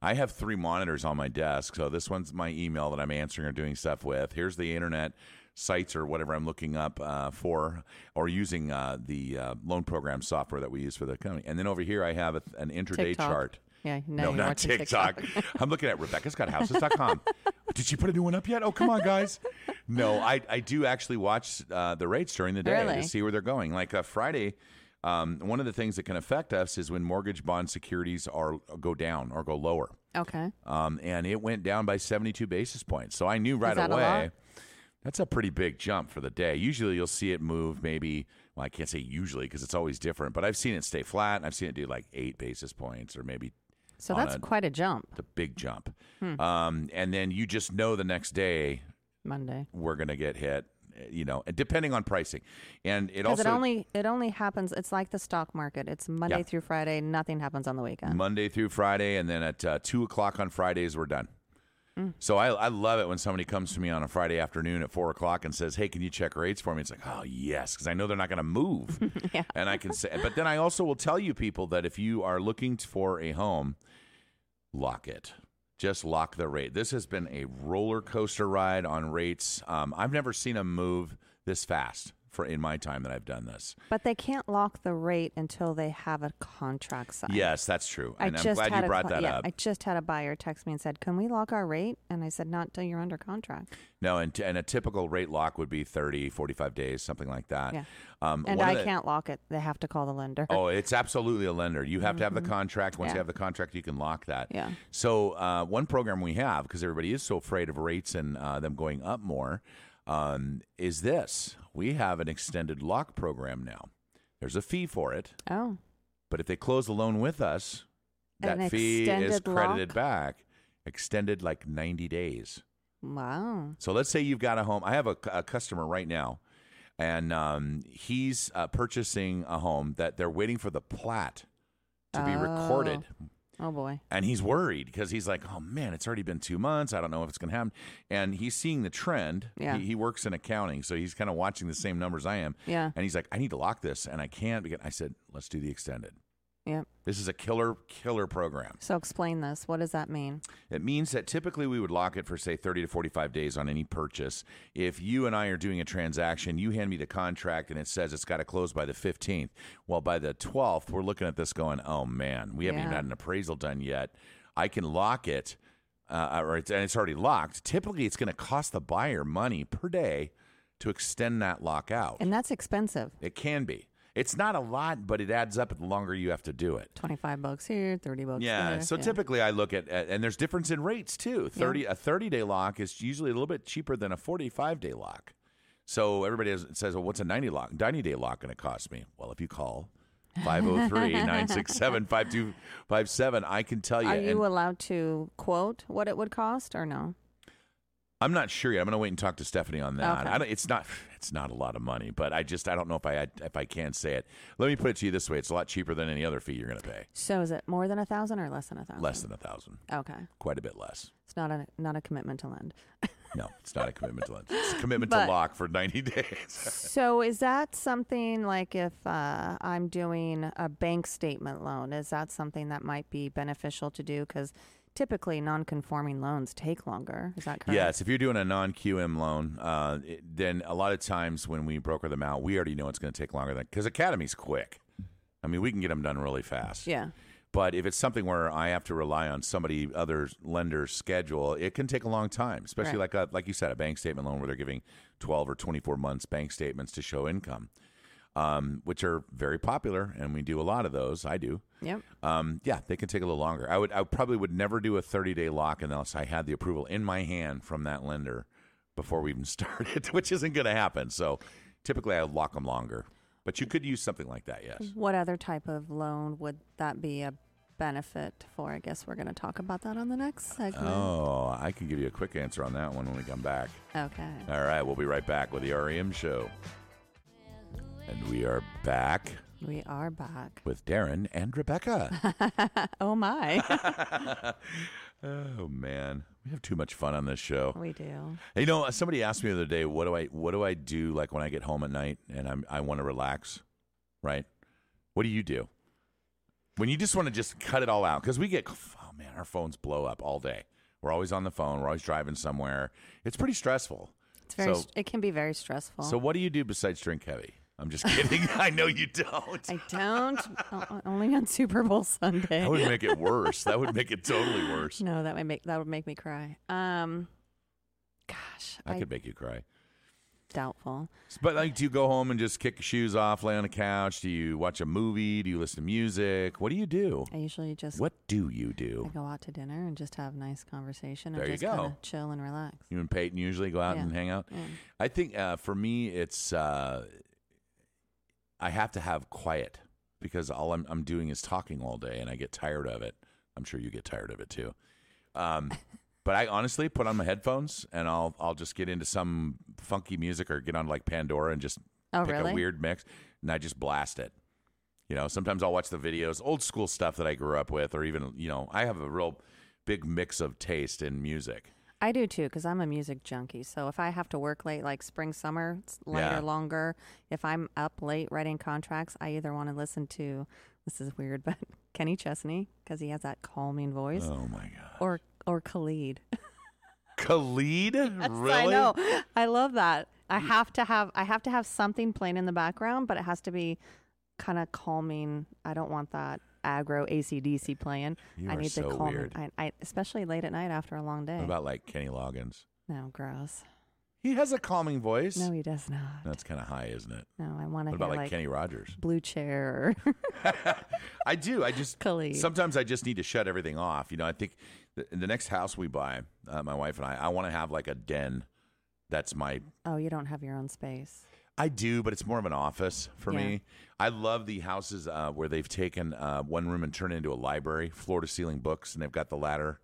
D: I have three monitors on my desk. So this one's my email that I'm answering or doing stuff with. Here's the internet sites or whatever I'm looking up uh, for or using uh, the uh, loan program software that we use for the company. And then over here I have a, an intraday
B: TikTok.
D: chart.
B: Yeah, now you're
D: no, not
B: watching
D: TikTok. I'm looking at Rebecca's Got Houses.com. Did she put a new one up yet? Oh, come on, guys. No, I, I do actually watch uh, the rates during the day to
B: Really?
D: see where they're going. Like uh, Friday, um, one of the things that can affect us is when mortgage bond securities are go down or go lower.
B: Okay.
D: Um, and it went down by 72 basis points. So I knew right
B: that a
D: away.
B: lot?
D: That's a pretty big jump for the day. Usually you'll see it move maybe, well, I can't say usually because it's always different, but I've seen it stay flat and I've seen it do like eight basis points or maybe
B: So
D: On
B: that's
D: a-
B: quite a jump.
D: the big
B: Hmm.
D: jump. Um, and then you just know the next day
B: Monday.
D: we're going to get hit uh, you know, and depending on pricing, and it
B: Because
D: also
B: it only it only happens. It's like the stock market. It's Monday
D: Yeah.
B: through Friday. Nothing happens on the weekend.
D: Monday through Friday, and then at uh, two o'clock on Fridays we're done. So I, I love it when somebody comes to me on a Friday afternoon at four o'clock and says, "Hey, can you check rates for me?" It's like, "Oh yes," because I know they're not going to move,
B: Yeah.
D: and I can say. But then I also will tell you people that if you are looking t- for a home, lock it. Just lock the rate. This has been a roller coaster ride on rates. Um, I've never seen them move this fast for in my time that I've done this.
B: But they can't lock the rate until they have a contract signed.
D: Yes, that's true,
B: I
D: and I'm
B: just
D: glad
B: had
D: you
B: a
D: brought
B: cli-
D: that
B: yeah,
D: up.
B: I just had a buyer text me and said, "Can we lock our rate?" And I said, "Not till you're under contract."
D: No, and, and a typical rate lock would be 30, 45 days, something like that.
B: Yeah.
D: Um,
B: And
D: one
B: I
D: of the-
B: can't lock it. They have to call the lender.
D: Oh, it's absolutely a lender. You have to have the contract. Once you
B: Mm-hmm. Yeah.
D: have the contract, you can lock that.
B: Yeah.
D: So uh, one program we have because everybody is so afraid of rates and uh, them going up more um, is this: we have an extended lock program now. There's a fee for it,
B: Oh,
D: but if they close the loan with us, that
B: An
D: fee is
B: extended
D: credited
B: lock?
D: back, extended like 90 days.
B: wow.
D: So let's say you've got a home. I have a, cu- a customer right now, and um, he's uh, purchasing a home that they're waiting for the plat to be recorded.
B: Oh boy.
D: And he's worried because he's like, oh man, it's already been two months. I don't know if it's going to happen. And he's seeing the trend.
B: Yeah.
D: He, he works in accounting, so he's kind of watching the same numbers I am.
B: Yeah.
D: And he's like, I need to lock this, and I can't. Because I said, let's do the extended.
B: Yep.
D: This is a killer, killer program.
B: So explain this. What does that mean?
D: It means that typically we would lock it for, say, 30 to 45 days on any purchase. If you and I are doing a transaction, you hand me the contract and it says it's got to close by the 15th. Well, by the 12th, we're looking at this going, oh man, we haven't even
B: Yeah.
D: had an appraisal done yet. I can lock it, uh, or it's, and it's already locked. Typically, it's going to cost the buyer money per day to extend that lock out.
B: And that's expensive.
D: It can be. It's not a lot, but it adds up the longer you have to do it.
B: 25 bucks here, 30 bucks
D: Yeah.
B: there.
D: So typically, I look at, at and there's difference in rates too. Thirty a thirty day lock is usually a little bit cheaper than a forty five day lock. So everybody has, says, "Well, what's a ninety lock, ninety day lock going to cost me?" Well, if you call. 503-967-5257 I can tell you,
B: Are
D: and
B: you allowed to quote what it would cost or no?
D: I'm not sure yet. I'm going to wait and talk to Stephanie on that.
B: Okay.
D: I don't, it's not it's not a lot of money, but I just I don't know if I if I can say it. Let me put it to you this way: it's a lot cheaper than any other fee you're going to pay.
B: So is it more than a thousand or less than a thousand?
D: Less than a thousand,
B: Okay.
D: quite a bit less.
B: It's not a not a commitment to lend.
D: No, it's not a commitment to lunch. It's a commitment
B: But-
D: to lock for 90 days.
B: so is that something like if uh, I'm doing a bank statement loan? Is that something that might be beneficial to do? Because typically non-conforming loans take longer. Is that correct?
D: yes, if you're doing a non QM loan, uh, it- then a lot of times when we broker them out, we already know it's going to take longer than because Academy's quick. I mean, we can get them done really fast.
B: Yeah.
D: But if it's something where I have to rely on somebody other lender's schedule, it can take a long time, especially
B: Right.
D: like a, like you said, a bank statement loan where they're giving 12 or 24 months bank statements to show income, um, which are very popular, and we do a lot of those. I do.
B: Yep.
D: Um, yeah, they can take a little longer. I would, I probably would never do a 30 day lock unless I had the approval in my hand from that lender before we even started, which isn't going to happen. So typically I lock them longer, but you could use something like that. Yes.
B: What other type of loan would that be a benefit for? I guess we're going to talk about that on the next segment.
D: Oh, I can give you a quick answer on that one when we come back.
B: Okay.
D: All right. We'll be right back with the REM show. And we are back
B: We are back.
D: with Darren and Rebecca.
B: Oh my.
D: oh man, we have too much fun on this show.
B: we do.
D: You know, somebody asked me the other day, "What do I what do I do like when I get home at night and I'm I want to relax, right? What do you do when you just want to just cut it all out? Because we get oh man, our phones blow up all day. We're always on the phone. We're always driving somewhere. It's pretty stressful.
B: It's very
D: So-
B: st- it can be very stressful.
D: So what do you do besides drink heavy? I'm just kidding. I know you don't.
B: I don't o- only on Super Bowl Sunday.
D: That would make it worse. That would make it totally worse.
B: No, that would make that would make me cry. Um gosh, I,
D: I could make you cry.
B: doubtful.
D: But like, do you go home and just kick your shoes off, lay on the couch? Do you watch a movie? Do you listen to music? What do you do?
B: I usually just
D: What do you
B: I
D: do?
B: go out to dinner and just have nice conversation
D: There
B: and
D: you
B: just
D: go.
B: kinda chill and relax.
D: You and Peyton usually go out
B: Yeah.
D: and hang out.
B: Yeah.
D: I think uh, for me, it's uh, I have to have quiet because all I'm, I'm doing is talking all day, and I get tired of it. I'm sure you get tired of it too. Um, But I honestly put on my headphones and I'll I'll just get into some funky music or get on like Pandora and just
B: Oh,
D: pick
B: really?
D: a weird mix and I just blast it. You know, sometimes I'll watch the videos, old school stuff that I grew up with, or even you know, I have a real big mix of taste in music.
B: I do too, because I'm a music junkie. So if I have to work late, like spring, summer, it's later,
D: Yeah.
B: longer, if I'm up late writing contracts, I either want to listen to, this is weird, but Kenny Chesney, because he has that calming voice,
D: Oh my god,
B: or or Khalid.
D: Khalid, really? Mm.
B: I know. I love that. I have to have I have to have something playing in the background, but it has to be kind of calming. I don't want that aggro ACDC playing.
D: You
B: I
D: are
B: need
D: so
B: the calming.
D: weird.
B: I, I especially late at night after a long day.
D: What about like Kenny Loggins?
B: no, gross.
D: He has a calming voice.
B: No, he does not.
D: That's kind of high, isn't it?
B: No, I want
D: What
B: to hear
D: about like,
B: like
D: Kenny Rogers?
B: blue chair. or-
D: I do. I just
B: Khalid.
D: sometimes I just need to shut everything off. You know, I think the, the next house we buy, uh, my wife and I, I want to have like a den. That's my
B: oh, you don't have your own space.
D: I do, but it's more of an office for
B: Yeah.
D: me. I love the houses uh, where they've taken uh, one room and turned it into a library, floor to ceiling books, and they've got the ladder.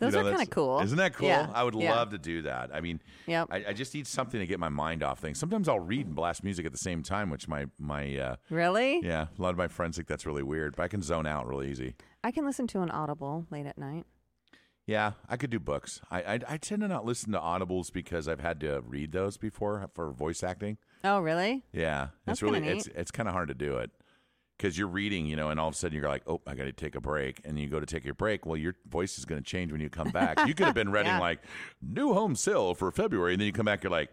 B: Those
D: know,
B: are kind
D: that's-
B: of cool.
D: Isn't that cool?
B: Yeah,
D: I would
B: yeah.
D: love to do that. I mean,
B: Yep.
D: I, I just need something to get my mind off things. Sometimes I'll read and blast music at the same time, which my my uh,
B: Really?
D: yeah, a lot of my friends think that's really weird, but I can zone out really easy.
B: I can listen to an Audible late at night.
D: Yeah, I could do books. I, I I tend to not listen to audibles because I've had to read those before for voice acting.
B: Oh, really?
D: Yeah,
B: That's
D: it's really
B: kinda
D: it's it's kind of hard to do it because you're reading, you know, and all of a sudden you're like, oh, I got to take a break, and you go to take your break. Well, your voice is going to change when you come back. You could have been reading
B: Yeah.
D: like new home sale for February, and then you come back, you're like.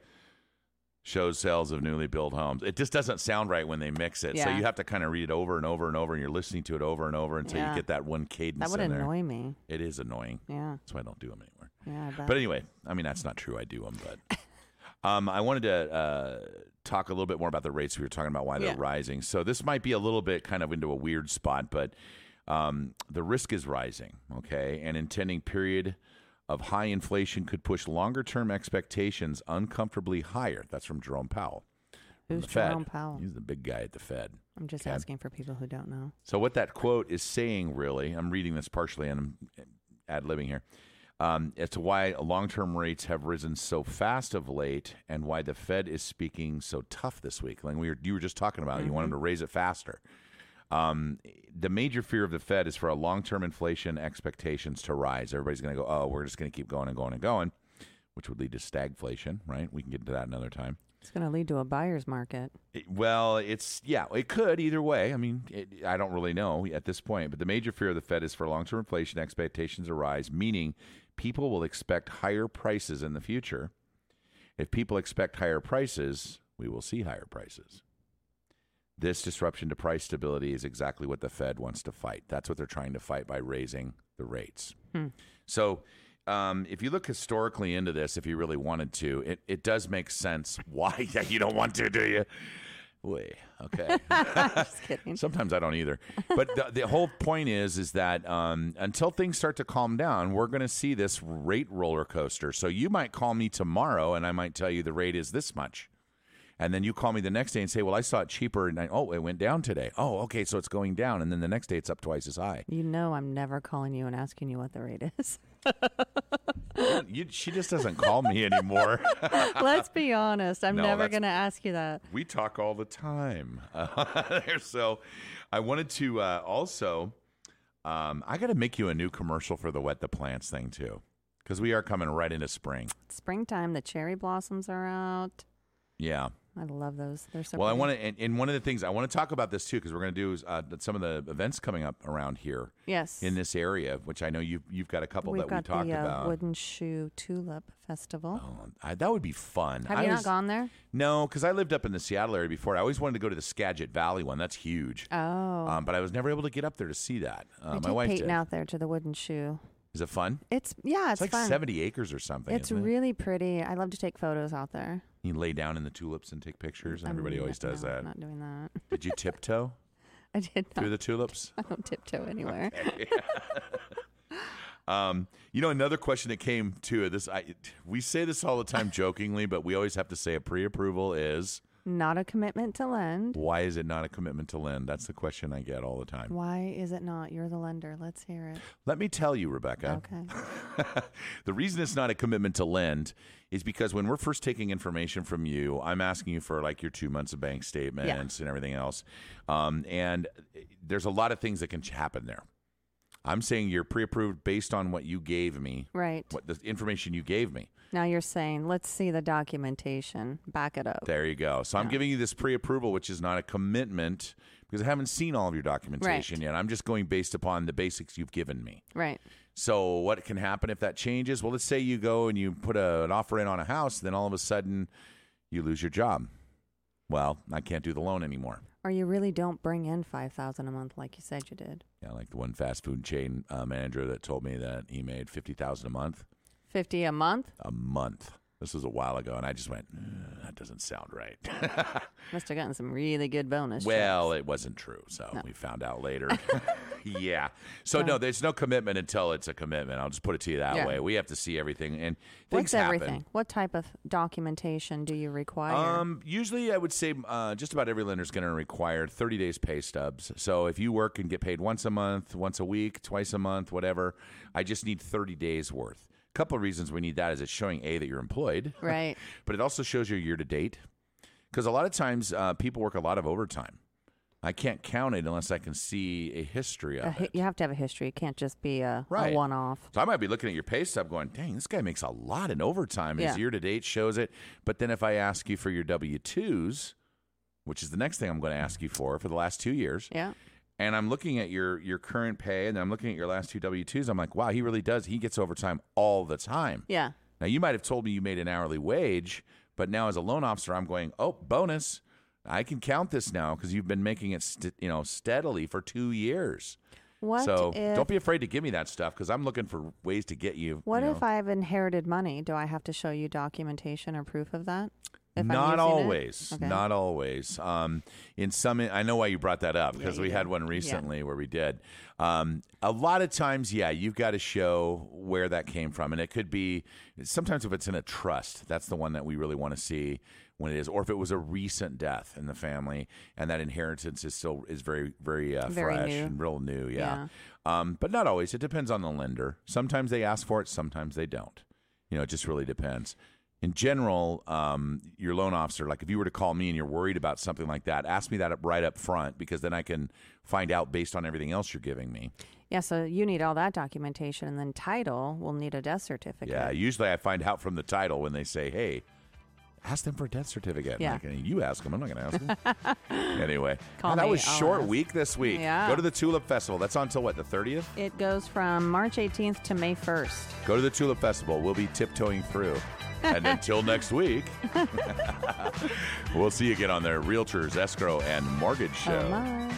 D: Shows sales of newly built homes. It just doesn't sound right when they mix it. So
B: Yeah.
D: you have to kind of read it over and over and over, and you're listening to it over and over until
B: Yeah.
D: you get that one cadence.
B: That would
D: in there.
B: annoy me.
D: It is annoying.
B: Yeah.
D: That's why I don't do them anymore.
B: Yeah. I bet.
D: But anyway, I mean that's not true. I do them, but um, I wanted to uh, talk a little bit more about the rates we were talking about, why they're
B: Yeah.
D: rising. So this might be a little bit kind of into a weird spot, but um, the risk is rising. Okay, an intending period of high inflation could push longer term expectations uncomfortably higher. That's from Jerome Powell. from
B: Who's
D: the Fed.
B: Jerome Powell?
D: He's the big guy at the Fed.
B: I'm just
D: Okay.
B: asking for people who don't know.
D: So what that quote is saying, really, I'm reading this partially and I'm ad libbing here. Um, as to why long-term rates have risen so fast of late, and why the Fed is speaking so tough this week. Like we were, you were just talking about, you want them to raise it faster. Um, the major fear of the Fed is for a long-term inflation expectations to rise. Everybody's going to go, oh, we're just going to keep going and going and going, which would lead to stagflation. Right? We can get to that another time.
B: It's going to lead to a buyer's market.
D: It- Well, it's yeah, it could either way. I mean, it, I don't really know at this point, but the major fear of the Fed is for long-term inflation expectations to rise, meaning people will expect higher prices in the future. If people expect higher prices, we will see higher prices. This disruption to price stability is exactly what the Fed wants to fight. That's what they're trying to fight by raising the rates. So, um, if you look historically into this, if you really wanted to, it, it does make sense why yeah, you don't want to, do you? Wait, okay.
B: Just kidding.
D: Sometimes I don't either. But the, the whole point is, is that um, until things start to calm down, we're going to see this rate roller coaster. So you might call me tomorrow, and I might tell you the rate is this much, and then you call me the next day and say, "Well, I saw it cheaper, and I, oh, it went down today. Oh, okay, so it's going down." And then the next day, it's up twice as high.
B: You know, I'm never calling you and asking you what the rate is.
D: You, she just doesn't call me anymore.
B: Let's be honest. I'm
D: No,
B: never
D: that's-
B: going to ask you that.
D: we talk all the time. uh, so I wanted to uh, also, um, I got to make you a new commercial for the Wet the Plants thing too, because we are coming right into spring.
B: Springtime, the cherry blossoms are out.
D: Yeah.
B: I love those. They're so
D: well, I
B: pretty.
D: want to, and, and one of the things I want to talk about this too, because we're going to do is, uh, some of the events coming up around here
B: Yes.
D: in this area, which I know you've you've got a couple
B: We've
D: that we
B: got
D: talked
B: the uh,
D: about.
B: Wooden Shoe Tulip Festival.
D: Oh, I, that would be fun.
B: Have
D: I
B: you
D: was-
B: not gone there?
D: No, because I lived up in the Seattle area before. I always wanted to go to the Skagit Valley one. That's huge.
B: Oh.
D: Um, but I was never able to get up there to see that. Uh,
B: I
D: my
B: take
D: wife
B: Peyton
D: did.
B: out there to the Wooden Shoe.
D: Is it fun?
B: It's, yeah,
D: It's,
B: it's,
D: like
B: fun.
D: 70 acres or something.
B: it's
D: isn't it?
B: really pretty. I love to take photos out there.
D: You lay down in the tulips and take pictures, and
B: I'm
D: everybody
B: n-
D: always does
B: no,
D: that.
B: I'm not doing that.
D: Did you tiptoe
B: I did not.
D: through the tulips?
B: I don't tiptoe anywhere.
D: Um, you know, another question that came to this, I, we say this all the time jokingly, but we always have to say a pre approval is
B: Not a commitment to lend.
D: Why is it not a commitment to lend? That's the question I get all the time.
B: Why is it not? You're the lender. Let's hear it.
D: Let me tell you, Rebecca.
B: Okay.
D: the reason it's not a commitment to lend is because when we're first taking information from you, I'm asking you for like your two months of bank statements and everything else. Um, and there's a lot of things that can ch- happen there. I'm saying you're pre approved based on what you gave me,
B: Right.
D: what the information you gave me.
B: Now you're saying, let's see the documentation. Back it up.
D: There you go. So I'm
B: Yeah.
D: giving you this pre approval, which is not a commitment because I haven't seen all of your documentation yet. I'm just going based upon the basics you've given me.
B: Right.
D: So what can happen if that changes? Well, let's say you go and you put a, an offer in on a house, then all of a sudden you lose your job. Well, I can't do the loan anymore.
B: Or you really don't bring in 5000 a month like you said you did.
D: Yeah, like the one fast food chain uh, manager that told me that he made fifty thousand a month.
B: 50 a month?
D: A month. This was a while ago, and I just went, "Ugh, that doesn't sound right.
B: Must have gotten some really good bonus.
D: well, it wasn't true, so we found out later. yeah. So no, there's no commitment until it's a commitment. I'll just put it to you that
B: Yeah.
D: way. We have to see everything, and
B: checks.
D: things
B: What's
D: happen.
B: everything? What type of documentation do you require?
D: Um, usually, I would say uh, just about every lender is going to require 30 days pay stubs. So if you work and get paid once a month, once a week, twice a month, whatever, I just need 30 days worth. A couple of reasons we need that is it's showing a that you're employed,
B: right.
D: but it also shows your year to date because a lot of times uh, people work a lot of overtime. I can't count it unless I can see a history
B: A
D: of
B: hi-
D: it.
B: you have to have a history. It can't just be a,
D: Right.
B: a one off.
D: So I might be looking at your pay stub going, dang, this guy makes a lot in overtime. His
B: Yeah.
D: year to date shows it. But then if I ask you for your W 2s, which is the next thing I'm going to ask you for for the last two years,
B: Yeah.
D: and I'm looking at your, your current pay and I'm looking at your last two W 2s, I'm like, wow, he really does. He gets overtime all the time.
B: Yeah.
D: Now, you might have told me you made an hourly wage, but now as a loan officer, I'm going, oh, bonus. I can count this now because you've been making it, st- you know, steadily for two years
B: What
D: so
B: if,
D: don't be afraid to give me that stuff because I'm looking for ways to get you.
B: what
D: you
B: if
D: know.
B: I've inherited money? Do I have to show you documentation or proof of that? If I'm using
D: not
B: it?
D: always,
B: Okay.
D: not always. Um, in some, I know why you brought that up because
B: you
D: we had
B: did.
D: one
B: Yeah.
D: recently where we did. Um, a lot of times, yeah, you've got to show where that came from, and it could be sometimes if it's in a trust, that's the one that we really want to see when it is, or if it was a recent death in the family and that inheritance is still is very very, uh,
B: Very
D: fresh
B: new.
D: and real new, yeah. Um, but not always. It depends on the lender. Sometimes they ask for it, sometimes they don't. You know, it just really depends. In general, um, your loan officer, like if you were to call me and you're worried about something like that, ask me that up right up front because then I can find out based on everything else you're giving me.
B: Yeah, so you need all that documentation, and then title will need a death certificate.
D: Yeah, usually I find out from the title when they say, "Hey, ask them for a death certificate." I'm
B: Yeah.
D: like, you ask them. I'm not going to ask them. anyway,
B: Call
D: Man, that
B: me,
D: was
B: I'll
D: short
B: ask.
D: week this week.
B: Yeah.
D: Go to the Tulip Festival. That's on till what the 30th.
B: It goes from March 18th to May 1st.
D: Go to the Tulip Festival. We'll be tiptoeing through. And until next week, we'll see you again on their Realtors, Escrow, and Mortgage Show.
B: Oh, my.